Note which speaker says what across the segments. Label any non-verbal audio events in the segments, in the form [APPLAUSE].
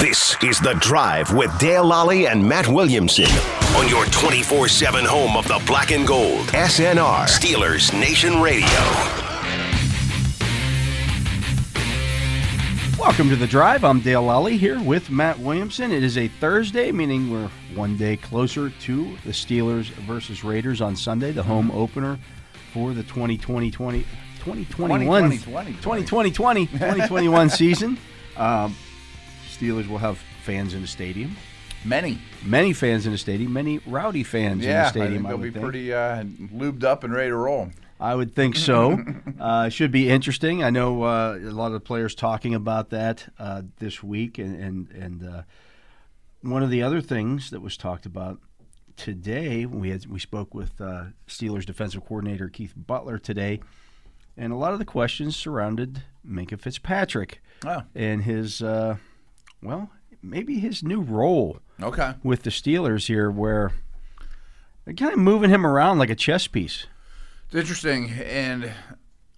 Speaker 1: This is The Drive with Dale Lally and Matt Williamson on your 24 7 home of the black and gold. SNR, Steelers Nation Radio.
Speaker 2: Welcome to the drive. I'm Dale Lally here with Matt Williamson. It is a Thursday, meaning we're one day closer to the Steelers versus Raiders on Sunday, the home opener for the 2020 20, 2021
Speaker 3: 2020.
Speaker 2: 2020 2021 season. Um, Steelers will have fans in the stadium.
Speaker 3: Many.
Speaker 2: Many fans in the stadium. Many rowdy fans in
Speaker 3: Yeah,
Speaker 2: the stadium.
Speaker 3: I think they'll
Speaker 2: would
Speaker 3: be
Speaker 2: think.
Speaker 3: pretty uh, lubed up and ready to roll.
Speaker 2: I would think so. uh, should be interesting. I know uh, a lot of the players talking about that uh, this week, and and and uh, one of the other things that was talked about today, we had we spoke with uh, Steelers defensive coordinator Keith Butler today, and a lot of the questions surrounded Minka Fitzpatrick
Speaker 3: Oh,
Speaker 2: and his, uh, well, maybe his new role
Speaker 3: okay.
Speaker 2: with the Steelers here, where they're kind of moving him around like a chess piece.
Speaker 3: It's interesting, and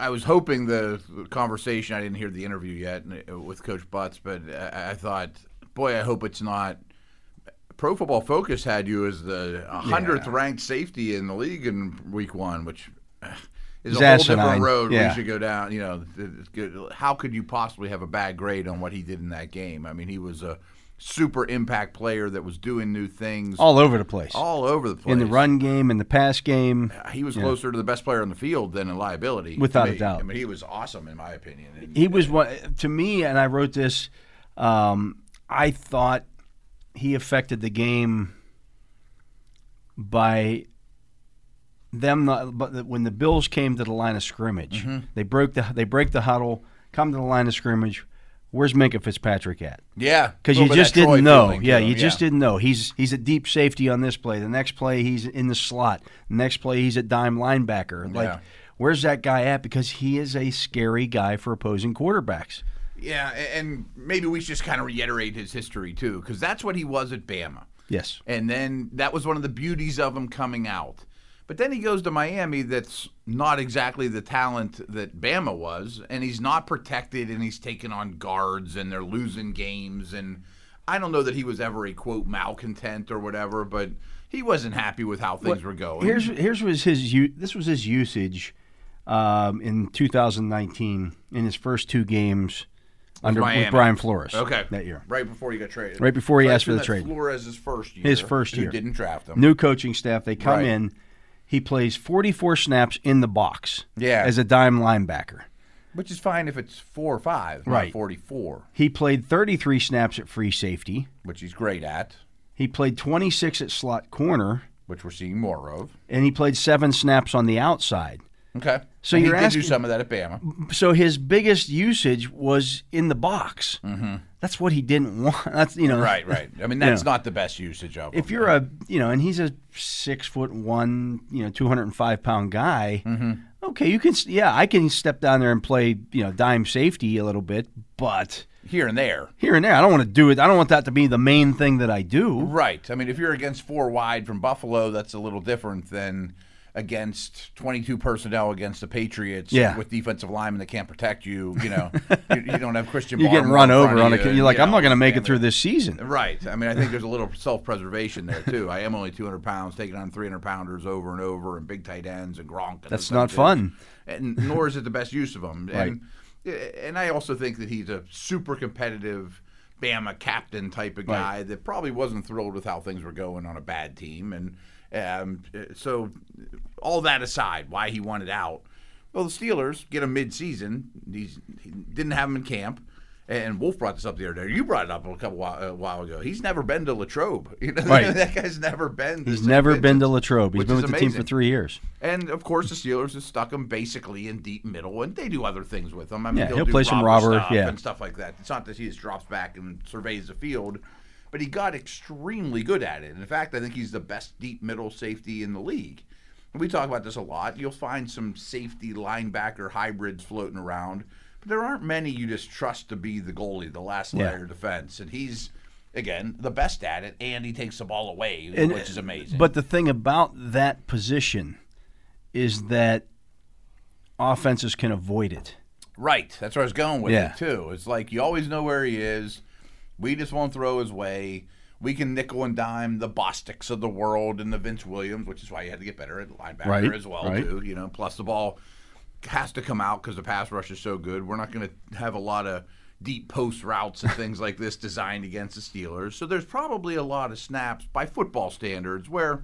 Speaker 3: I was hoping the, the conversation. I didn't hear the interview yet and it- with Coach Butts, but I, I thought, boy, I hope it's not. Pro Football Focus had you as the hundredth ranked safety in the league in Week One, which eh, is
Speaker 2: It's
Speaker 3: a whole
Speaker 2: asinine.
Speaker 3: different road
Speaker 2: Yeah.
Speaker 3: we should go down. You know, th- it's good. how could you possibly have a bad grade on what he did in that game? I mean, he was a super impact player that was doing new things all,
Speaker 2: All over the place.
Speaker 3: over the place
Speaker 2: in the run game, in the pass game.
Speaker 3: he was closer to the best player on the field than in liability. to
Speaker 2: Without a
Speaker 3: me.
Speaker 2: doubt.
Speaker 3: I mean, he was awesome in my opinion. And
Speaker 2: He was one to me, and I wrote this. Um, I thought he affected the game by them. Not, but when the Bills came to the line of scrimmage, they broke the they break the huddle, come to the line of scrimmage. Where's Minka Fitzpatrick at?
Speaker 3: yeah,
Speaker 2: Because
Speaker 3: a little
Speaker 2: you
Speaker 3: bit of
Speaker 2: just
Speaker 3: that Troy
Speaker 2: didn't know.
Speaker 3: feeling to
Speaker 2: Yeah,
Speaker 3: him,
Speaker 2: you just didn't know. He's he's a deep safety on this play. The next play he's in the slot. The next play he's a dime linebacker. Like
Speaker 3: Yeah.
Speaker 2: where's that guy at? Because he is a scary guy for opposing quarterbacks.
Speaker 3: Yeah, a- and maybe we should just kind of reiterate his history too, because that's what he was at Bama.
Speaker 2: Yes.
Speaker 3: And then that was one of the beauties of him coming out. But then he goes to Miami that's not exactly the talent that Bama was, and he's not protected and he's taking on guards and they're losing games and I don't know that he was ever a quote malcontent or whatever, but he wasn't happy with how things were going.
Speaker 2: Here's here's was his u- this was his usage um, in 2019 in his first two games under
Speaker 3: Miami.
Speaker 2: with Brian Flores.
Speaker 3: okay.
Speaker 2: That year.
Speaker 3: Right before he got traded.
Speaker 2: Right before he asked for the
Speaker 3: That's
Speaker 2: trade.
Speaker 3: Flores' first year.
Speaker 2: His first
Speaker 3: who
Speaker 2: year.
Speaker 3: didn't draft him.
Speaker 2: New coaching staff. They come
Speaker 3: Right.
Speaker 2: in. He plays 44 snaps in the box.
Speaker 3: Yeah.
Speaker 2: As a dime linebacker.
Speaker 3: Which is fine if it's four or five,
Speaker 2: Right.
Speaker 3: not 44,
Speaker 2: He played 33 snaps at free safety.
Speaker 3: which he's great at,
Speaker 2: He played 26 at slot corner,
Speaker 3: which we're seeing more of.
Speaker 2: and he played seven snaps on the outside.
Speaker 3: Okay.
Speaker 2: So
Speaker 3: And
Speaker 2: you're
Speaker 3: he did
Speaker 2: asking-
Speaker 3: do some of that
Speaker 2: [LAUGHS]
Speaker 3: at Bama.
Speaker 2: So his biggest usage was in the box. Mm-hmm. That's what he didn't [LAUGHS] want. That's you know
Speaker 3: Right, right. I mean, that's not the best usage of him.
Speaker 2: If you're a you know, and he's a six foot one, you know, 205 pound guy. Okay, you can s- yeah, I can step down there and play you know dime safety a little bit, but
Speaker 3: here and there.
Speaker 2: here and there, I don't want to do it. I don't want that to be the main thing that I do.
Speaker 3: Right. I mean, if you're against four wide from Buffalo, that's a little different than against 22 personnel against the Patriots
Speaker 2: Yeah.
Speaker 3: with defensive linemen that can't protect you.
Speaker 2: [LAUGHS]
Speaker 3: You know, you, you don't have Christian.
Speaker 2: You're getting
Speaker 3: Barmore
Speaker 2: run
Speaker 3: in front
Speaker 2: over
Speaker 3: of
Speaker 2: on a.
Speaker 3: you, and,
Speaker 2: You're like,
Speaker 3: you
Speaker 2: I'm
Speaker 3: know,
Speaker 2: not going to make it
Speaker 3: stand
Speaker 2: through
Speaker 3: there."
Speaker 2: this season.
Speaker 3: [LAUGHS] Right. I mean, I think there's a little self-preservation there too. I am only 200 pounds, taking on 300 pounders over and over, and big tight ends and Gronk. And
Speaker 2: That's
Speaker 3: those
Speaker 2: not
Speaker 3: things.
Speaker 2: fun.
Speaker 3: and nor is it the best use of him. And, eh, and I also think that he's a super competitive Bama captain type of guy that probably wasn't thrilled with how things were going on a bad team. And um, so, all that aside, why he wanted out. Well, the Steelers get him mid-season. He's, he didn't have him in camp. And Wolf brought this up the other day. You brought it up a couple while, a while ago. He's never been to Latrobe. [LAUGHS] You know,
Speaker 2: Right.
Speaker 3: that guy's never been. to
Speaker 2: He's
Speaker 3: St.
Speaker 2: never been to
Speaker 3: Vincent's.
Speaker 2: Latrobe. He's
Speaker 3: which
Speaker 2: been
Speaker 3: is
Speaker 2: with the team for
Speaker 3: amazing.
Speaker 2: three years.
Speaker 3: And of course, the Steelers have stuck him basically in deep middle, and they do other things with him. I mean,
Speaker 2: Yeah,
Speaker 3: they'll
Speaker 2: he'll
Speaker 3: do
Speaker 2: play some robber,
Speaker 3: stuff
Speaker 2: yeah.
Speaker 3: and stuff like that. It's not that he just drops back and surveys the field, but he got extremely good at it. In fact, I think he's the best deep middle safety in the league. And we talk about this a lot. You'll find some safety linebacker hybrids floating around, but there aren't many you just trust to be the goalie, the last
Speaker 2: Yeah.
Speaker 3: layer of defense. And he's again the best at it, and he takes the ball away,
Speaker 2: And-
Speaker 3: which is amazing.
Speaker 2: But the thing about that position is that offenses can avoid it.
Speaker 3: Right. That's where I was going with
Speaker 2: Yeah.
Speaker 3: it too. It's like you always know where he is. We just won't throw his way. We can nickel and dime the Bostics of the world and the Vince Williams, which is why you had to get better at linebacker
Speaker 2: Right,
Speaker 3: as well,
Speaker 2: right.
Speaker 3: too. You know, plus the ball has to come out because the pass rush is so good. We're not going to have a lot of deep post routes and things like this designed against the Steelers. So there's probably a lot of snaps by football standards where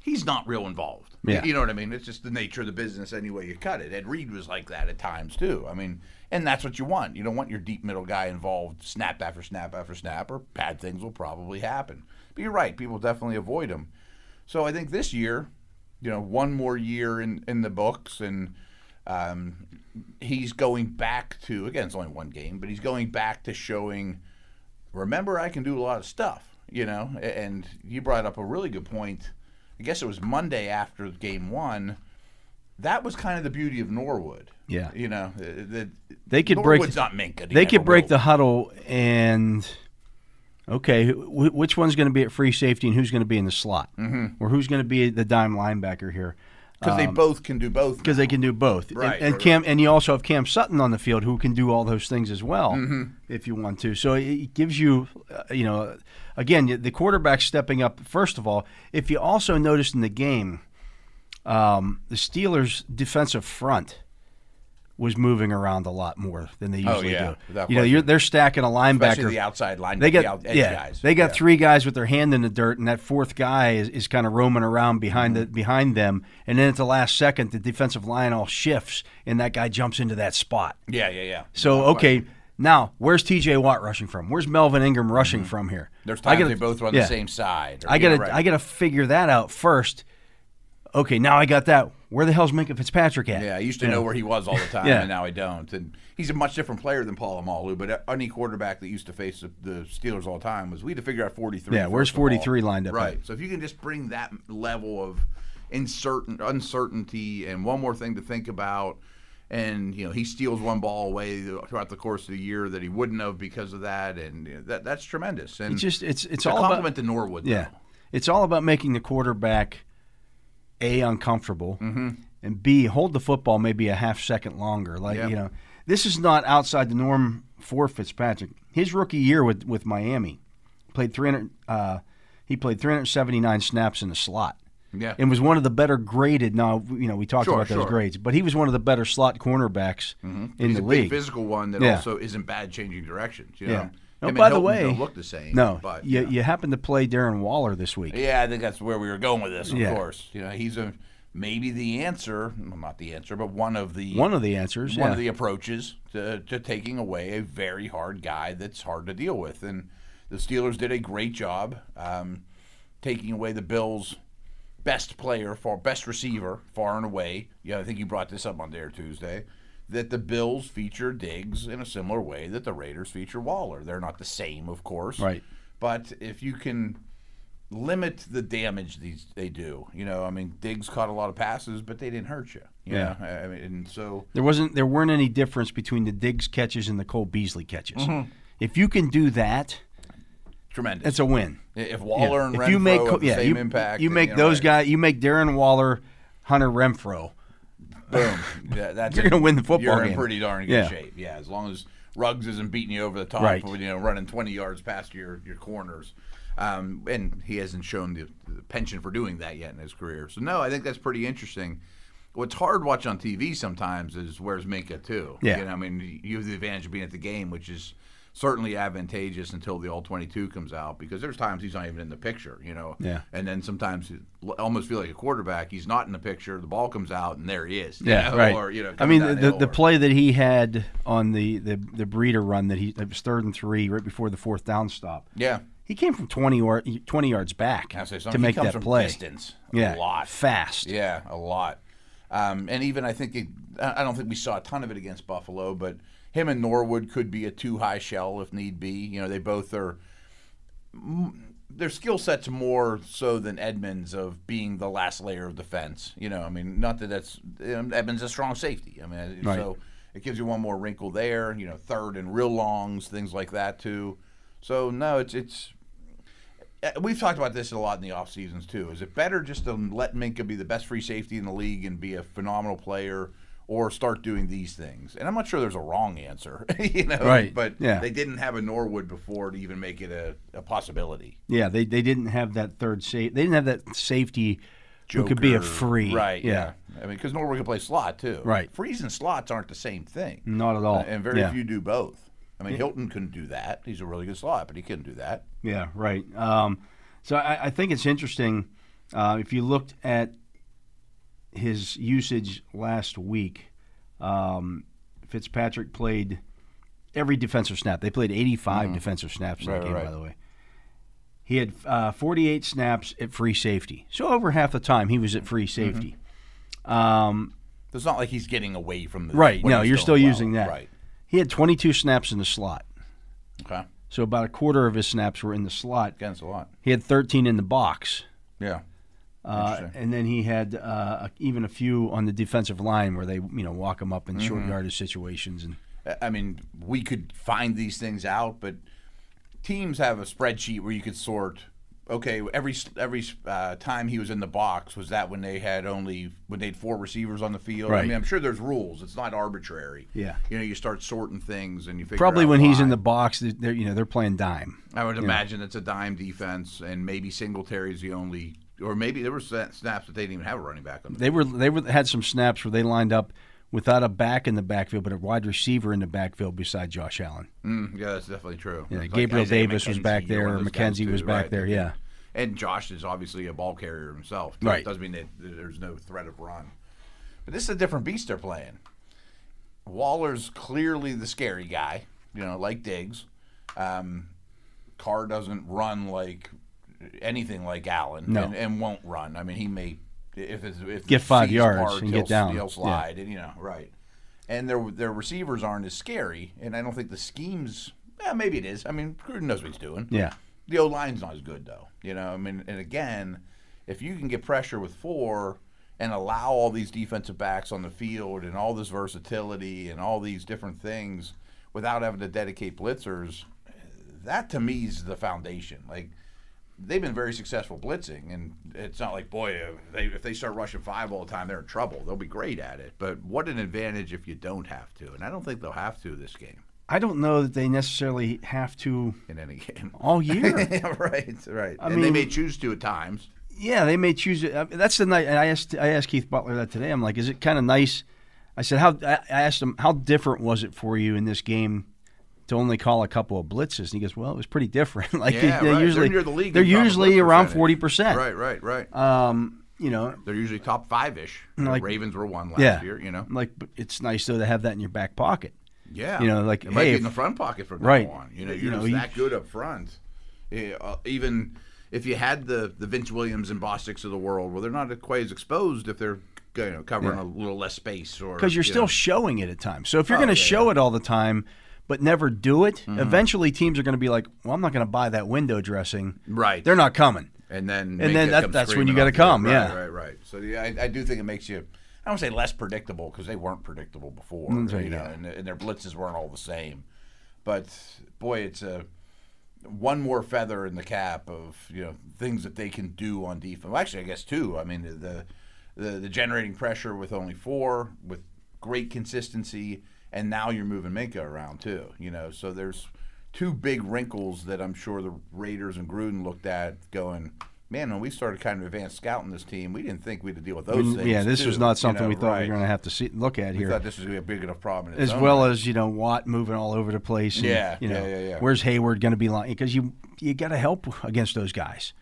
Speaker 3: he's not real involved.
Speaker 2: Yeah.
Speaker 3: You know what I mean? It's just the nature of the business any way you cut it. Ed Reed was like that at times too. I mean, and that's what you want. You don't want your deep middle guy involved snap after snap after snap, or bad things will probably happen. But you're right, people definitely avoid him. So I think this year, you know, one more year in, in the books and um, he's going back to again it's only one game, but he's going back to showing remember I can do a lot of stuff, you know. A- And you brought up a really good point. I guess it was Monday after game one. That was kind of the beauty of Norwood.
Speaker 2: Yeah.
Speaker 3: you know, uh, the,
Speaker 2: They could break-
Speaker 3: Norwood's not Minka.
Speaker 2: They could break
Speaker 3: the.
Speaker 2: the huddle and okay, wh- which one's going to be at free safety and who's going to be in the slot, mm-hmm. or who's going to be the dime linebacker here?
Speaker 3: because
Speaker 2: um,
Speaker 3: they both can do both.
Speaker 2: because they can do both.
Speaker 3: Right,
Speaker 2: And, and
Speaker 3: right,
Speaker 2: Cam, and you also have Cam Sutton on the field who can do all those things as well,
Speaker 3: Mm-hmm.
Speaker 2: if you want to. So it- it gives you, uh, you know, again y- the quarterback stepping up first of all. If you also noticed in the game, um, the Steelers' defensive front was moving around a lot more than they
Speaker 3: Oh,
Speaker 2: usually
Speaker 3: yeah,
Speaker 2: do.
Speaker 3: without
Speaker 2: You know,
Speaker 3: question.
Speaker 2: you're, they're stacking a
Speaker 3: especially
Speaker 2: linebacker.
Speaker 3: the outside line.
Speaker 2: They
Speaker 3: the
Speaker 2: got
Speaker 3: out, edge
Speaker 2: yeah,
Speaker 3: guys.
Speaker 2: they got
Speaker 3: Yeah.
Speaker 2: three guys with their hand in the dirt, and that fourth guy is, is kind of roaming around behind
Speaker 3: Mm-hmm.
Speaker 2: the behind them. And then at the last second, the defensive line all shifts, and that guy jumps into that spot.
Speaker 3: Yeah, yeah, yeah.
Speaker 2: So okay, now where's T.J. Watt rushing from? Where's Melvin Ingram rushing from here?
Speaker 3: Mm-hmm. There's
Speaker 2: I
Speaker 3: times
Speaker 2: gotta-
Speaker 3: they both run
Speaker 2: yeah.
Speaker 3: the same side. or-
Speaker 2: I
Speaker 3: yeah,
Speaker 2: gotta
Speaker 3: right.
Speaker 2: I gotta figure that out first. Okay, now I got that. Where the hell's Minka Fitzpatrick at?
Speaker 3: Yeah, I used to know where he
Speaker 2: [LAUGHS]
Speaker 3: was all the time,
Speaker 2: Yeah.
Speaker 3: and now I don't. And he's a much different player than Paul Amalu, but any quarterback that used to face the, the Steelers all the time was we had to figure out 43.
Speaker 2: Yeah, where's
Speaker 3: first of all.
Speaker 2: 43 lined up
Speaker 3: Right. So if you can just bring that level of uncertain, uncertainty and one more thing to think about, and you know he steals one ball away throughout the course of the year that he wouldn't have because of that, and you know, that that's tremendous. And
Speaker 2: It's just it's it's,
Speaker 3: a
Speaker 2: all about
Speaker 3: compliment to Norwood.
Speaker 2: Yeah.
Speaker 3: though.
Speaker 2: It's all about making the quarterback A uncomfortable
Speaker 3: Mm-hmm.
Speaker 2: and B hold the football maybe a half second longer. Like,
Speaker 3: Yeah.
Speaker 2: you know, this is not outside the norm for Fitzpatrick. His rookie year with with Miami played 300 uh, he played 379 snaps in the slot.
Speaker 3: Yeah.
Speaker 2: And was one of the better graded. Now, you know, we talked
Speaker 3: Sure,
Speaker 2: about those
Speaker 3: sure. Mm-hmm.
Speaker 2: grades, but he was one of the better slot cornerbacks in
Speaker 3: He's
Speaker 2: the
Speaker 3: a
Speaker 2: league.
Speaker 3: big physical one that
Speaker 2: Yeah.
Speaker 3: also isn't bad changing directions. You know?
Speaker 2: yeah. Oh,
Speaker 3: Him and
Speaker 2: by the
Speaker 3: Hilton
Speaker 2: way,
Speaker 3: don't look the same.
Speaker 2: no,
Speaker 3: but
Speaker 2: you,
Speaker 3: you know.
Speaker 2: you happen to play Darren Waller this week.
Speaker 3: Yeah, I think that's where we were going with this. Of
Speaker 2: Yeah.
Speaker 3: course, you know, he's a maybe the answer, well, not the answer, but one of the
Speaker 2: One of the answers.
Speaker 3: one
Speaker 2: yeah.
Speaker 3: of the approaches to, to taking away a very hard guy that's hard to deal with. And the Steelers did a great job um, taking away the Bills' best player, far best receiver, far and away. Yeah, I think you brought this up on Dare Tuesday. That the Bills feature Diggs in a similar way that the Raiders feature Waller. They're not the same, of course.
Speaker 2: Right.
Speaker 3: But if you can limit the damage these they do, you know, I mean, Diggs caught a lot of passes, but they didn't hurt you. you
Speaker 2: Yeah.
Speaker 3: know? I I mean, and so
Speaker 2: There wasn't there weren't any difference between the Diggs catches and the Cole Beasley catches.
Speaker 3: Mm-hmm.
Speaker 2: If you can do that,
Speaker 3: tremendous.
Speaker 2: it's a win.
Speaker 3: If Waller
Speaker 2: Yeah.
Speaker 3: and
Speaker 2: If
Speaker 3: Renfro
Speaker 2: you make Co-
Speaker 3: have the
Speaker 2: yeah,
Speaker 3: same
Speaker 2: you,
Speaker 3: impact,
Speaker 2: you
Speaker 3: then,
Speaker 2: make
Speaker 3: you know,
Speaker 2: those
Speaker 3: right.
Speaker 2: guys, you make Darren Waller, Hunter Renfro.
Speaker 3: [LAUGHS] Boom. Yeah, that's
Speaker 2: You're gonna win the football
Speaker 3: You're
Speaker 2: game.
Speaker 3: in pretty darn good
Speaker 2: Yeah.
Speaker 3: shape. Yeah, as long as Ruggs isn't beating you over the top,
Speaker 2: Right.
Speaker 3: or, you know, running 20 yards past your your corners. Um, and he hasn't shown the, the penchant for doing that yet in his career. So no, I think that's pretty interesting. What's hard to watch on TV sometimes is where's Minka too.
Speaker 2: Yeah.
Speaker 3: You know, I mean, you have the advantage of being at the game, which is certainly advantageous until the all 22 comes out because there's times he's not even in the picture, you know.
Speaker 2: Yeah.
Speaker 3: And then sometimes you l- almost feel like a quarterback. He's not in the picture. The ball comes out and there he is. you know,
Speaker 2: right.
Speaker 3: Or you know,
Speaker 2: I
Speaker 3: coming
Speaker 2: mean, the, the,
Speaker 3: downhill
Speaker 2: the
Speaker 3: or-
Speaker 2: play that he had on the, the, the breeder run that he it was third and three right before the fourth down stop.
Speaker 3: Yeah.
Speaker 2: He came from 20, yard, 20 yards back
Speaker 3: I say something.
Speaker 2: to
Speaker 3: He
Speaker 2: make
Speaker 3: comes
Speaker 2: that
Speaker 3: from
Speaker 2: play.
Speaker 3: Distance.
Speaker 2: yeah,
Speaker 3: A lot.
Speaker 2: fast.
Speaker 3: Yeah, a lot. Um, and even I think it, I I don't think we saw a ton of it against Buffalo, but him and Norwood could be a too high shell if need be. You know, they both are. m- Their skill sets more so than Edmonds of being the last layer of defense. You know, I mean, not that that's um, Edmonds is a strong safety. I mean,
Speaker 2: Right.
Speaker 3: so it gives you one more wrinkle there. You know, third and real longs, things like that too. So no, it's it's uh, we've talked about this a lot in the off seasons too. Is it better just to let Minka be the best free safety in the league and be a phenomenal player, or start doing these things. And I'm not sure there's a wrong answer, [LAUGHS] you know.
Speaker 2: Right.
Speaker 3: But
Speaker 2: Yeah.
Speaker 3: they didn't have a Norwood before to even make it a, a possibility.
Speaker 2: Yeah, they, they didn't have that third safe. They didn't have that safety who could be a
Speaker 3: Joker.
Speaker 2: free.
Speaker 3: Right. I mean, because Norwood can play slot too.
Speaker 2: Right.
Speaker 3: Frees and slots aren't the same thing.
Speaker 2: Not at all.
Speaker 3: And very
Speaker 2: Yeah.
Speaker 3: few do both. I mean, Hilton couldn't do that. He's a really good slot, but he couldn't do that.
Speaker 2: Yeah, right. Um, so I, I think it's interesting uh, if you looked at his usage last week. Um, Fitzpatrick played every defensive snap. They played 85 defensive snaps in
Speaker 3: Mm-hmm. Right,
Speaker 2: that
Speaker 3: right,
Speaker 2: game,
Speaker 3: right.
Speaker 2: by the way. He had uh, 48 snaps at free safety, so over half the time he was at free
Speaker 3: Mm-hmm.
Speaker 2: safety.
Speaker 3: It's not like he's getting away from the
Speaker 2: Right.
Speaker 3: what
Speaker 2: No,
Speaker 3: he's
Speaker 2: you're
Speaker 3: doing
Speaker 2: still
Speaker 3: well.
Speaker 2: using that.
Speaker 3: Right.
Speaker 2: He had 22 snaps in the slot,
Speaker 3: Okay.
Speaker 2: so about a quarter of his snaps were in the slot.
Speaker 3: Against a lot.
Speaker 2: He had 13 in the box.
Speaker 3: Yeah.
Speaker 2: Uh, and then he had uh, even a few on the defensive line where they, you know, walk him up in short
Speaker 3: Mm-hmm.
Speaker 2: yardage situations. And
Speaker 3: I- I mean, we could find these things out, but teams have a spreadsheet where you could sort. Okay, every every uh, time he was in the box, was that when they had only when they had four receivers on the field? I
Speaker 2: Right.
Speaker 3: mean, I'm sure there's rules. It's not arbitrary.
Speaker 2: Yeah.
Speaker 3: you know, you start sorting things and you figure
Speaker 2: probably
Speaker 3: out
Speaker 2: when he's in
Speaker 3: why.
Speaker 2: the box, they- they're, you know, they're playing dime.
Speaker 3: I would imagine it's a dime defense, and maybe Singletary's the only, or maybe there were sna- snaps that they didn't even have a running back on. The
Speaker 2: They were they were had some snaps where they lined up without a back in the backfield, but a wide receiver in the backfield beside Josh Allen.
Speaker 3: Mm, yeah, that's definitely true.
Speaker 2: Yeah,
Speaker 3: It's like
Speaker 2: Gabriel
Speaker 3: Isaiah
Speaker 2: Davis was
Speaker 3: McKenzie,
Speaker 2: back there,
Speaker 3: one of those guys
Speaker 2: McKenzie was
Speaker 3: too,
Speaker 2: back
Speaker 3: right?
Speaker 2: there, yeah.
Speaker 3: And Josh is obviously a ball carrier himself. too.
Speaker 2: Right.
Speaker 3: It doesn't mean that there's no threat of run. But this is a different beast they're playing. Waller's clearly the scary guy, you know, like Diggs. Um, Carr doesn't run like anything like Allen
Speaker 2: No.
Speaker 3: and, and won't run. I mean, he may, if it's, if
Speaker 2: Get five
Speaker 3: sees
Speaker 2: yards
Speaker 3: Carr,
Speaker 2: and
Speaker 3: he'll-
Speaker 2: get down.
Speaker 3: he'll
Speaker 2: Yeah.
Speaker 3: slide, and you know, right. And their their receivers aren't as scary, and I don't think the schemes. Yeah, maybe it is. I mean, Gruden knows what he's doing.
Speaker 2: Yeah.
Speaker 3: The O line's not as good though. You know, I mean, and again, if you can get pressure with four and allow all these defensive backs on the field and all this versatility and all these different things without having to dedicate blitzers, eh, that to me is the foundation. Like they've been very successful blitzing, and it's not like boy, if they, if they start rushing five all the time, they're in trouble. They'll be great at it, but what an advantage if you don't have to. And I don't think they'll have to this game
Speaker 2: I don't know that they necessarily have to
Speaker 3: in any [LAUGHS] game.
Speaker 2: all
Speaker 3: [LAUGHS]
Speaker 2: year.
Speaker 3: right, right. and they
Speaker 2: Oh, mean-
Speaker 3: may choose to at times.
Speaker 2: Yeah, they may choose it. I mean, That's the night. And I asked I asked Keith Butler that today. I'm like, is it kind of nice? I said, how I I asked him how different was it for you in this game to only call a couple of blitzes? And he goes, well, it was pretty different. [LAUGHS] like
Speaker 3: Yeah,
Speaker 2: they
Speaker 3: right.
Speaker 2: usually
Speaker 3: They're near the league
Speaker 2: they're
Speaker 3: in drop
Speaker 2: usually
Speaker 3: blitz
Speaker 2: around
Speaker 3: percentage.
Speaker 2: forty percent.
Speaker 3: Right, right, right.
Speaker 2: You know.
Speaker 3: They're usually top five ish.
Speaker 2: Uh, Like-
Speaker 3: Ravens were one last
Speaker 2: Yeah.
Speaker 3: year. You know.
Speaker 2: I'm like, but it's nice though to have that in your back pocket.
Speaker 3: Yeah.
Speaker 2: You know, like,
Speaker 3: it might
Speaker 2: hey,
Speaker 3: be
Speaker 2: if-
Speaker 3: in the front pocket from
Speaker 2: Right.
Speaker 3: now on. You know,
Speaker 2: You
Speaker 3: you're
Speaker 2: know,
Speaker 3: just
Speaker 2: you-
Speaker 3: that good up front. Yeah, uh, even if you had the the Vince Williams and Bostick's of the world, well, they're not quite as exposed if they're you know covering a little less space or
Speaker 2: Because you're
Speaker 3: you
Speaker 2: still
Speaker 3: know.
Speaker 2: showing it at times. So if you're
Speaker 3: Oh,
Speaker 2: going to show it all the time, but never do it,
Speaker 3: Mm-hmm.
Speaker 2: eventually teams are going to be like, well, I'm not going to buy that window dressing.
Speaker 3: right.
Speaker 2: They're not coming.
Speaker 3: and then
Speaker 2: And then that- that's when you
Speaker 3: got to
Speaker 2: gotta come,
Speaker 3: Right,
Speaker 2: yeah.
Speaker 3: right, right. So yeah, I, I do think it makes you. I don't say less predictable because they weren't predictable before,
Speaker 2: Mm, right,
Speaker 3: you know, and, and their blitzes weren't all the same. But boy, it's a one more feather in the cap of you know things that they can do on defense. Well, actually, I guess two. I mean, the the, the generating pressure with only four with great consistency, and now you're moving Minka around too. You know, so there's two big wrinkles that I'm sure the Raiders and Gruden looked at, going, man, when we started kind of advanced scouting this team, we didn't think we'd deal with those
Speaker 2: Mm,
Speaker 3: things.
Speaker 2: yeah, this
Speaker 3: too,"
Speaker 2: was not
Speaker 3: you
Speaker 2: something
Speaker 3: know,
Speaker 2: we thought we
Speaker 3: right.
Speaker 2: were going to have to see, look at
Speaker 3: We
Speaker 2: here.
Speaker 3: thought this was going to be a big enough problem. in its
Speaker 2: as
Speaker 3: own
Speaker 2: well
Speaker 3: right.
Speaker 2: as you know Watt moving all over the place. and,
Speaker 3: Yeah,
Speaker 2: you know,
Speaker 3: yeah, yeah, yeah.
Speaker 2: Where's Hayward going to be lying? Because you you got to help against those guys,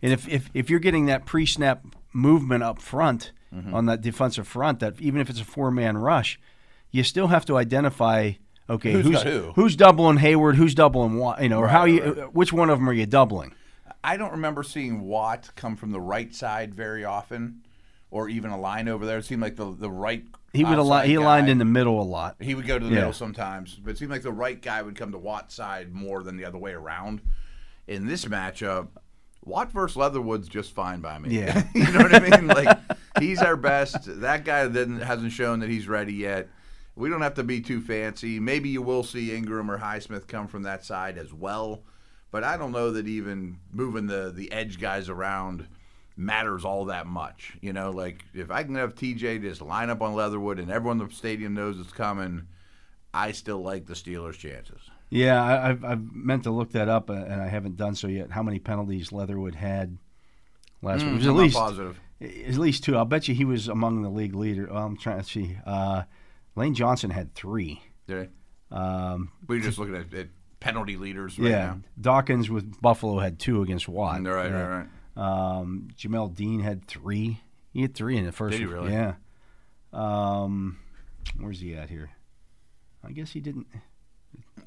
Speaker 2: and if if, if you're getting that pre-snap movement up front
Speaker 3: Mm-hmm.
Speaker 2: on that defensive front, that even if it's a four-man rush, you still have to identify. Okay,
Speaker 3: Who's
Speaker 2: who's
Speaker 3: got who?
Speaker 2: who's doubling Hayward? Who's doubling Watt? You know, or how
Speaker 3: Right,
Speaker 2: you which one of them are you doubling?
Speaker 3: I don't remember seeing Watt come from the right side very often, or even a line over there. It seemed like the the right
Speaker 2: He would align,
Speaker 3: outside
Speaker 2: he aligned
Speaker 3: guy-
Speaker 2: in the middle a lot.
Speaker 3: He would go to the
Speaker 2: Yeah.
Speaker 3: middle sometimes, but it seemed like the right guy would come to Watt's side more than the other way around. In this matchup, Watt versus Leatherwood's just fine by me.
Speaker 2: Yeah.
Speaker 3: [LAUGHS] you know what I mean?
Speaker 2: [LAUGHS]
Speaker 3: Like he's our best. That guy then hasn't shown that he's ready yet. We don't have to be too fancy. Maybe you will see Ingram or Highsmith come from that side as well, but I don't know that even moving the the edge guys around matters all that much. You know, like if I can have TJ just line up on Leatherwood and everyone in the stadium knows it's coming, I still like the Steelers' chances.
Speaker 2: Yeah, I, I've, I've meant to look that up uh, and I haven't done so yet. How many penalties Leatherwood had last week? It was
Speaker 3: Mm, I'm
Speaker 2: at
Speaker 3: not
Speaker 2: least
Speaker 3: positive.
Speaker 2: at least two. I'll bet you he was among the league leader. Well, I'm trying to see. Uh, Lane Johnson had three.
Speaker 3: Did I?
Speaker 2: Um,
Speaker 3: We're just looking at, at penalty leaders right
Speaker 2: yeah, Dawkins with Buffalo had two against Watt.
Speaker 3: now. Right, right, right.
Speaker 2: Um, Jamel Dean had three. He had three in the first.
Speaker 3: Did he
Speaker 2: one.
Speaker 3: really?
Speaker 2: Yeah. Um, where's he at here? I guess he didn't.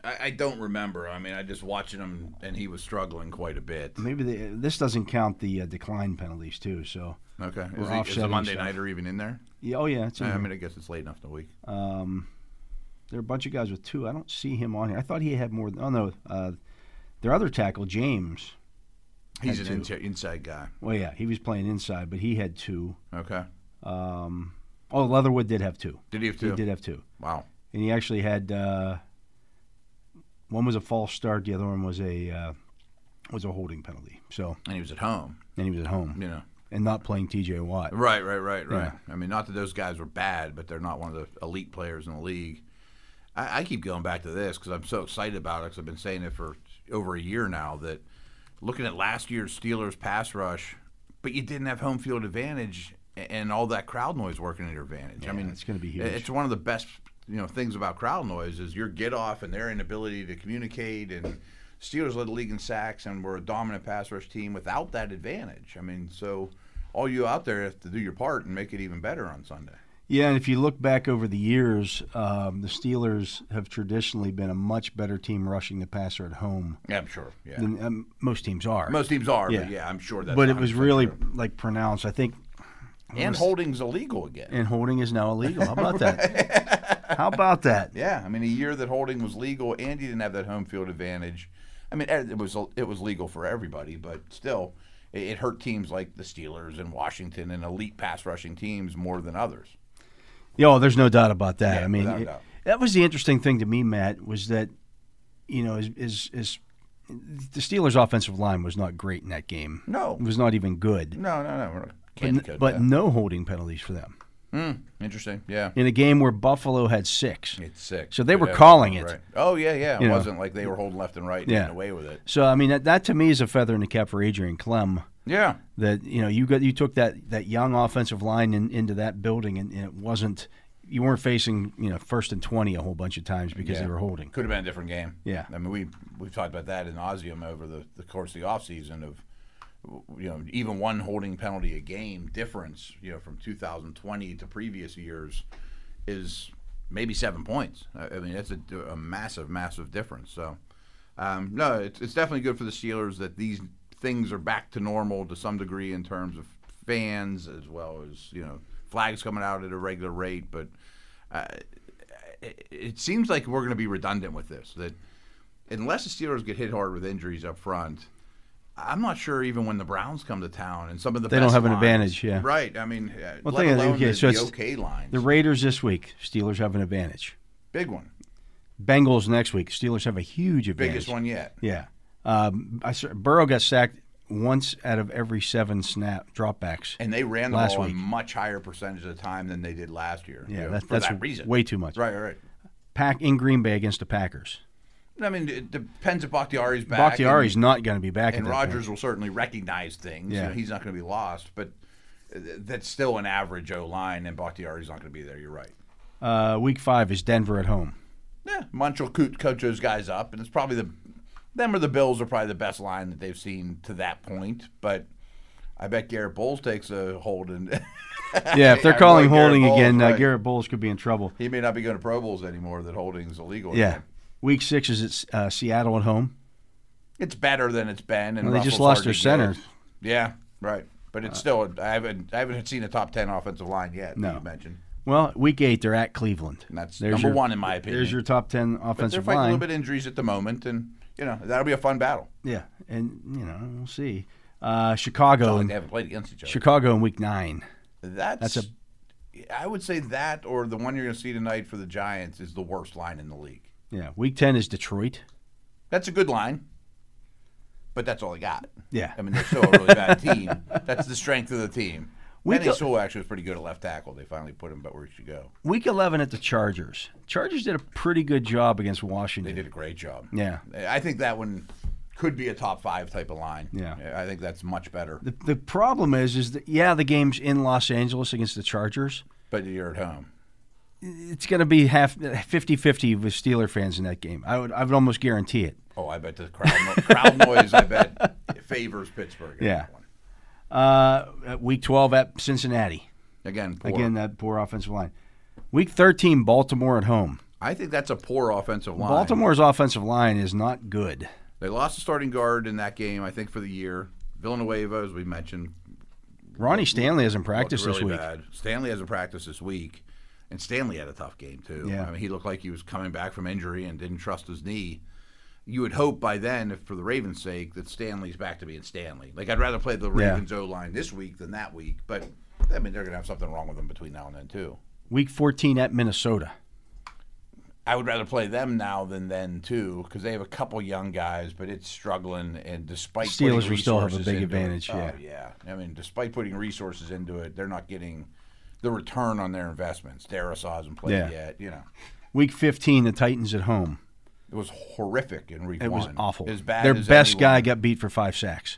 Speaker 3: I, I don't remember. I mean, I just watching him, and he was struggling quite a bit.
Speaker 2: Maybe the, this doesn't count the uh, decline penalties too. So,
Speaker 3: Okay,
Speaker 2: We're
Speaker 3: is, he, is the
Speaker 2: offsetting
Speaker 3: Monday
Speaker 2: stuff.
Speaker 3: nighter even in there?
Speaker 2: yeah, oh yeah, it's in
Speaker 3: I
Speaker 2: here.
Speaker 3: mean, I guess it's late enough in the week.
Speaker 2: Um, there are a bunch of guys with two. I don't see him on here. I thought he had more. Than, oh no, uh, their other tackle James.
Speaker 3: He's
Speaker 2: had
Speaker 3: an inti- inside guy.
Speaker 2: Well, yeah, he was playing inside, but he had two.
Speaker 3: Okay,
Speaker 2: Um, oh, Leatherwood did have two.
Speaker 3: did he have two?
Speaker 2: He did have two,
Speaker 3: Wow.
Speaker 2: and he actually had uh, one was a false start, the other one was a uh, was a holding penalty. So,
Speaker 3: And he was at home.
Speaker 2: and he was at home
Speaker 3: You know.
Speaker 2: and not playing T.J. Watt.
Speaker 3: Right, right, right, right. I mean, not that those guys were bad, but they're not one of the elite players in the league. I, I keep going back to this because I'm so excited about it because I've been saying it for over a year now that looking at last year's Steelers pass rush, but you didn't have home field advantage a- and all that crowd noise working at your advantage. I mean,
Speaker 2: it's gonna be
Speaker 3: it-
Speaker 2: huge.
Speaker 3: It's one of the best you know things about crowd noise is your get off and their inability to communicate and. Steelers led the league in sacks and were a dominant pass rush team without that advantage. I mean, so all you out there have to do your part and make it even better on Sunday.
Speaker 2: Yeah, and if you look back over the years, um, the Steelers have traditionally been a much better team rushing the passer at home
Speaker 3: Yeah, I'm sure. Yeah.
Speaker 2: than um, most teams are.
Speaker 3: Most teams are,
Speaker 2: Yeah.
Speaker 3: but yeah, I'm sure that's
Speaker 2: but it
Speaker 3: not
Speaker 2: was
Speaker 3: for
Speaker 2: really
Speaker 3: sure.
Speaker 2: like pronounced. I think
Speaker 3: and holding's illegal again.
Speaker 2: and holding is now illegal. How about that? How about that?
Speaker 3: Yeah, I mean, a year that holding was legal, and you didn't have that home field advantage. I mean, er, it was it was legal for everybody, but still, it, it hurt teams like the Steelers and Washington and elite pass rushing teams more than others.
Speaker 2: Yo, there's no doubt about that.
Speaker 3: Yeah,
Speaker 2: I mean,
Speaker 3: without a
Speaker 2: it-
Speaker 3: doubt.
Speaker 2: that was the interesting thing to me, Matt, was that you know is is, is the Steelers' offensive line was not great in that game.
Speaker 3: No,
Speaker 2: It was not even good.
Speaker 3: no, no, no. we're not- Can't
Speaker 2: But,
Speaker 3: decode
Speaker 2: but
Speaker 3: that.
Speaker 2: no holding penalties for them
Speaker 3: interesting. Yeah,
Speaker 2: in a game where Buffalo had six.
Speaker 3: it's sick.
Speaker 2: So they were
Speaker 3: Yeah,
Speaker 2: calling it.
Speaker 3: right. Oh yeah, yeah. It
Speaker 2: You know.
Speaker 3: wasn't like they were holding left and right and
Speaker 2: Yeah.
Speaker 3: getting away with it.
Speaker 2: So I mean, that, that to me is a feather in the cap for Adrian Clem.
Speaker 3: Yeah,
Speaker 2: that you know you got you took that that young offensive line in, into that building and, and it wasn't you weren't facing you know first and 20 a whole bunch of times because
Speaker 3: Yeah.
Speaker 2: they were holding
Speaker 3: could have been a different game.
Speaker 2: Yeah.
Speaker 3: I mean we we've talked about that in Ozium over the, the course of the offseason of you know even one holding penalty a game difference you know from 2020 to previous years is maybe seven points. I I mean that's a, a massive massive difference. So um, no, it's it's definitely good for the Steelers that these things are back to normal to some degree in terms of fans as well as you know flags coming out at a regular rate, but it, it seems like we're going to be redundant with this. That unless the Steelers get hit hard with injuries up front, I'm not sure even when the Browns come to town and some of the
Speaker 2: They don't
Speaker 3: best
Speaker 2: have an
Speaker 3: lines-
Speaker 2: advantage, yeah.
Speaker 3: right. I mean, uh,
Speaker 2: Well,
Speaker 3: let
Speaker 2: think of it,
Speaker 3: alone
Speaker 2: okay,
Speaker 3: the,
Speaker 2: so
Speaker 3: the
Speaker 2: it's-
Speaker 3: okay lines,
Speaker 2: the raiders this week steelers have an advantage
Speaker 3: big one,
Speaker 2: bengals next week steelers have a huge advantage
Speaker 3: biggest one yet.
Speaker 2: yeah um, I, saw- burrow got sacked once out of every seven snap dropbacks
Speaker 3: And they ran the
Speaker 2: Last
Speaker 3: ball a
Speaker 2: week.
Speaker 3: much higher percentage of the time than they did last year. you
Speaker 2: yeah
Speaker 3: know,
Speaker 2: that,
Speaker 3: for
Speaker 2: that's
Speaker 3: that reason.
Speaker 2: way too much
Speaker 3: Right, right.
Speaker 2: pack in green bay against the packers
Speaker 3: I mean, it depends if Bakhtiari's back. and-
Speaker 2: Bakhtiari's not going to be back
Speaker 3: and
Speaker 2: at that point.
Speaker 3: Rogers will certainly recognize things.
Speaker 2: Yeah.
Speaker 3: You know, he's not going to be lost, but uh, that's still an average O line, and Bakhtiari's not going to be there. You're right.
Speaker 2: uh, week five is denver at home
Speaker 3: Yeah, Munch will co- coach those guys up, and it's probably the them or the Bills are probably the best line that they've seen to that point. But I bet Garrett Bowles takes a hold, and [LAUGHS]
Speaker 2: [LAUGHS] Yeah, if they're
Speaker 3: Yeah,
Speaker 2: calling
Speaker 3: well, Garrett
Speaker 2: holding
Speaker 3: Bowles,
Speaker 2: again, uh,
Speaker 3: right.
Speaker 2: Garrett Bowles could be in trouble.
Speaker 3: he may not be going to Pro Bowls anymore. That holding's illegal.
Speaker 2: Yeah. Week six is at uh, Seattle at home.
Speaker 3: it's better than it's been. And
Speaker 2: Well, they just lost
Speaker 3: Russell's hard to
Speaker 2: their
Speaker 3: get.
Speaker 2: center. Uh,
Speaker 3: Yeah, right. But it's still I haven't I haven't seen a top ten offensive line yet. that
Speaker 2: No.
Speaker 3: you mentioned.
Speaker 2: Well, week eight, they're at Cleveland.
Speaker 3: And that's
Speaker 2: There's
Speaker 3: number
Speaker 2: your-
Speaker 3: one in my opinion.
Speaker 2: There's your top 10
Speaker 3: They're
Speaker 2: offensive
Speaker 3: fighting a
Speaker 2: line.
Speaker 3: little bit of injuries at the moment, and you know that'll be a fun battle.
Speaker 2: Yeah, and, you know, we'll see. Uh, Chicago,
Speaker 3: Like,
Speaker 2: in,
Speaker 3: they haven't played against each other.
Speaker 2: Chicago in week nine.
Speaker 3: That's,
Speaker 2: that's
Speaker 3: I would say that or the one you're going to see tonight for the Giants is the worst line in the league.
Speaker 2: Yeah, week 10 is Detroit.
Speaker 3: That's a good line. but that's all he got.
Speaker 2: Yeah.
Speaker 3: I mean, they're still a really bad team. That's the strength of the team.
Speaker 2: We
Speaker 3: Benny
Speaker 2: go-
Speaker 3: Sewell actually was pretty good at left tackle. They finally put him about where he should go.
Speaker 2: Week 11 at the Chargers. Chargers did a pretty good job against Washington.
Speaker 3: They did a great job.
Speaker 2: Yeah.
Speaker 3: I think that one could be a top five type of line.
Speaker 2: Yeah.
Speaker 3: I think that's much better.
Speaker 2: The, the problem is, is that yeah, the game's in Los Angeles against the Chargers.
Speaker 3: But you're at home.
Speaker 2: It's going to be half 50-50 with Steeler fans in that game. I would, I would almost guarantee it.
Speaker 3: Oh, I bet the crowd, no-
Speaker 2: [LAUGHS]
Speaker 3: crowd noise. I bet favors Pittsburgh. in
Speaker 2: Yeah.
Speaker 3: that one.
Speaker 2: Uh, at week twelve at Cincinnati.
Speaker 3: Again, poor.
Speaker 2: Again, that poor offensive line. Week thirteen, Baltimore at home.
Speaker 3: I think that's a poor offensive line.
Speaker 2: Baltimore's offensive line is not good.
Speaker 3: They lost the starting guard in that game. I think for the year. Villanueva, as we mentioned,
Speaker 2: Ronnie Stanley hasn't
Speaker 3: looked
Speaker 2: practiced this
Speaker 3: really
Speaker 2: week.
Speaker 3: bad. Stanley hasn't practiced this week, and Stanley had a tough game too.
Speaker 2: Yeah.
Speaker 3: I mean, he looked like he was coming back from injury and didn't trust his knee. You would hope by then, if for the Ravens' sake, that Stanley's back to being Stanley. Like I'd rather play the
Speaker 2: Yeah.
Speaker 3: Ravens O line this week than that week, but I mean they're gonna have something wrong with them between now and then too.
Speaker 2: Week fourteen at Minnesota.
Speaker 3: I would rather play them now than then too, because they have a couple young guys, but it's struggling. And despite putting
Speaker 2: Steelers will still have a
Speaker 3: resources
Speaker 2: big
Speaker 3: into
Speaker 2: advantage,
Speaker 3: it,
Speaker 2: yeah.
Speaker 3: oh, yeah. I mean, despite putting resources into it, they're not getting the return on their investments. Darisaw hasn't played
Speaker 2: Yeah.
Speaker 3: yet. You know,
Speaker 2: Week fifteen, the Titans at home.
Speaker 3: it was horrific in week
Speaker 2: It was
Speaker 3: one.
Speaker 2: awful.
Speaker 3: As bad
Speaker 2: Their
Speaker 3: as
Speaker 2: best
Speaker 3: anyone-
Speaker 2: guy got beat for five sacks.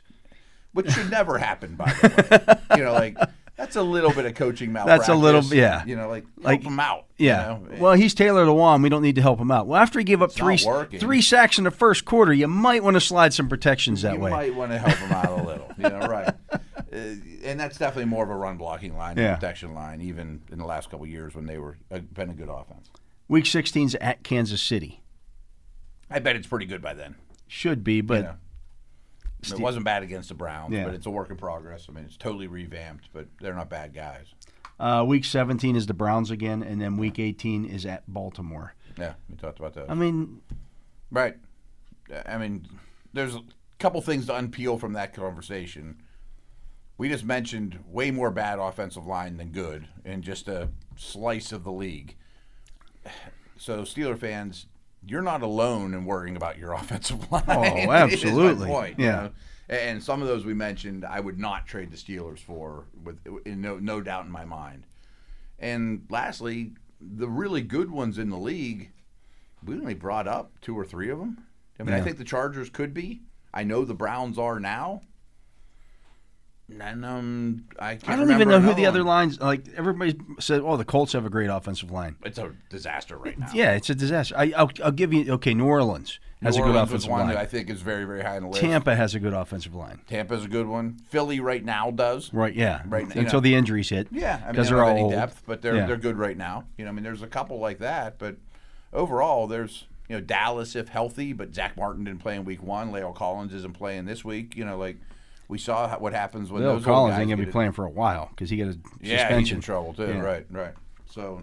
Speaker 3: which should never happen, by the way. you know, like that's a little bit of coaching
Speaker 2: [LAUGHS]
Speaker 3: malpractice.
Speaker 2: That's a little- yeah.
Speaker 3: You know, like help
Speaker 2: Like-
Speaker 3: them out. you
Speaker 2: Yeah.
Speaker 3: know?
Speaker 2: Well, he's Taylor Lewan. We don't need to help him out. Well, after he gave up three
Speaker 3: not working.
Speaker 2: three sacks in the first quarter, you might want to slide some protections that
Speaker 3: you
Speaker 2: way.
Speaker 3: might want to help
Speaker 2: [LAUGHS]
Speaker 3: him out a little. You know, right? Uh, and that's definitely more of a run blocking line,
Speaker 2: Yeah.
Speaker 3: yeah. protection line, even in the last couple of years when they were uh, been a good offense.
Speaker 2: Week 16's at Kansas City.
Speaker 3: I bet it's pretty good by then.
Speaker 2: Should be, but
Speaker 3: know. It wasn't bad against the Browns,
Speaker 2: Yeah.
Speaker 3: but it's a work in progress. I mean, it's totally revamped, but they're not bad guys.
Speaker 2: uh, week 17 is the Browns again, and then week 18 is at Baltimore.
Speaker 3: Yeah, we talked about that.
Speaker 2: I mean,
Speaker 3: Right. I mean, there's a couple things to unpeel from that conversation. We just mentioned way more bad offensive line than good in just a slice of the league. So, Steeler fans, you're not alone in worrying about your [LAUGHS] offensive line. is my
Speaker 2: Oh, absolutely.
Speaker 3: point,
Speaker 2: Yeah.
Speaker 3: know? And some of those we mentioned, I would not trade the Steelers for, with in no, no doubt in my mind. And lastly, the really good ones in the league, we only brought up two or three of them. I mean, I think the Chargers could be. I know the Browns are now. And um, I, can't
Speaker 2: I don't even know who the other
Speaker 3: line.
Speaker 2: lines like. Everybody said, "Oh, the Colts have a great offensive line."
Speaker 3: It's a disaster right now.
Speaker 2: Yeah, it's a disaster. I, I'll, I'll give you okay. New Orleans has
Speaker 3: New
Speaker 2: a good
Speaker 3: Orleans was
Speaker 2: offensive
Speaker 3: one
Speaker 2: line.
Speaker 3: that I think is very, very high in the list.
Speaker 2: Tampa has a good offensive line.
Speaker 3: Tampa's a good one. Philly right now does.
Speaker 2: Right? Yeah.
Speaker 3: Right, you
Speaker 2: until
Speaker 3: know.
Speaker 2: the injuries hit.
Speaker 3: Yeah, I mean,
Speaker 2: because
Speaker 3: they
Speaker 2: they're all
Speaker 3: don't have any
Speaker 2: old.
Speaker 3: depth, but they're
Speaker 2: Yeah.
Speaker 3: they're good right now. You know, I mean, there's a couple like that, but overall, there's you know Dallas if healthy, but Zach Martin didn't play in Week One. Leo Collins isn't playing this week. You know, like we saw how- what happens when
Speaker 2: Bill
Speaker 3: those old
Speaker 2: Collins
Speaker 3: guys
Speaker 2: ain't gonna
Speaker 3: get
Speaker 2: be
Speaker 3: it-
Speaker 2: playing for a while because he got a
Speaker 3: Yeah, he's
Speaker 2: suspension.
Speaker 3: in trouble too.
Speaker 2: Yeah.
Speaker 3: Right, right. So.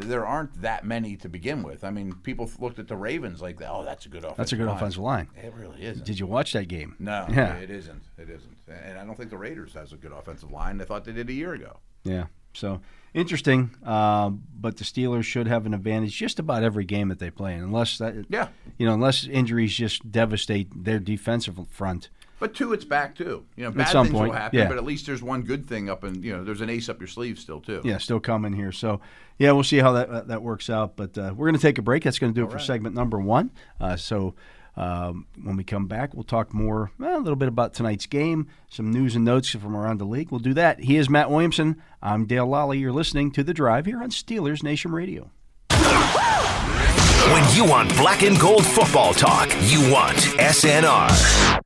Speaker 3: There aren't that many to begin with. I mean, people looked at the Ravens like, "Oh, that's a good offense."
Speaker 2: That's a good offensive line.
Speaker 3: It really isn't.
Speaker 2: Did you watch that game?
Speaker 3: No,
Speaker 2: Yeah.
Speaker 3: it isn't. It isn't. And I don't think the Raiders has a good offensive line. I thought they did a year ago.
Speaker 2: Yeah. So interesting. Um, but the Steelers should have an advantage just about every game that they play, in, unless that
Speaker 3: Yeah.
Speaker 2: you know unless injuries just devastate their defensive front.
Speaker 3: But two, it's back too. You know, bad
Speaker 2: some
Speaker 3: things
Speaker 2: point,
Speaker 3: will happen,
Speaker 2: yeah.
Speaker 3: but at least there's one good thing up and you know, there's an ace up your sleeve still too.
Speaker 2: Yeah, still coming here. So yeah, we'll see how that that- that works out. But uh, we're going to take a break. That's going to do it for segment number one. Uh, so. Um, when we come back, we'll talk more, well, a little bit about tonight's game, some news and notes from around the league. We'll do that. He is Matt Williamson. I'm Dale Lally. You're listening to The Drive here on Steelers Nation Radio.
Speaker 1: When you want black and gold football talk, you want SNR.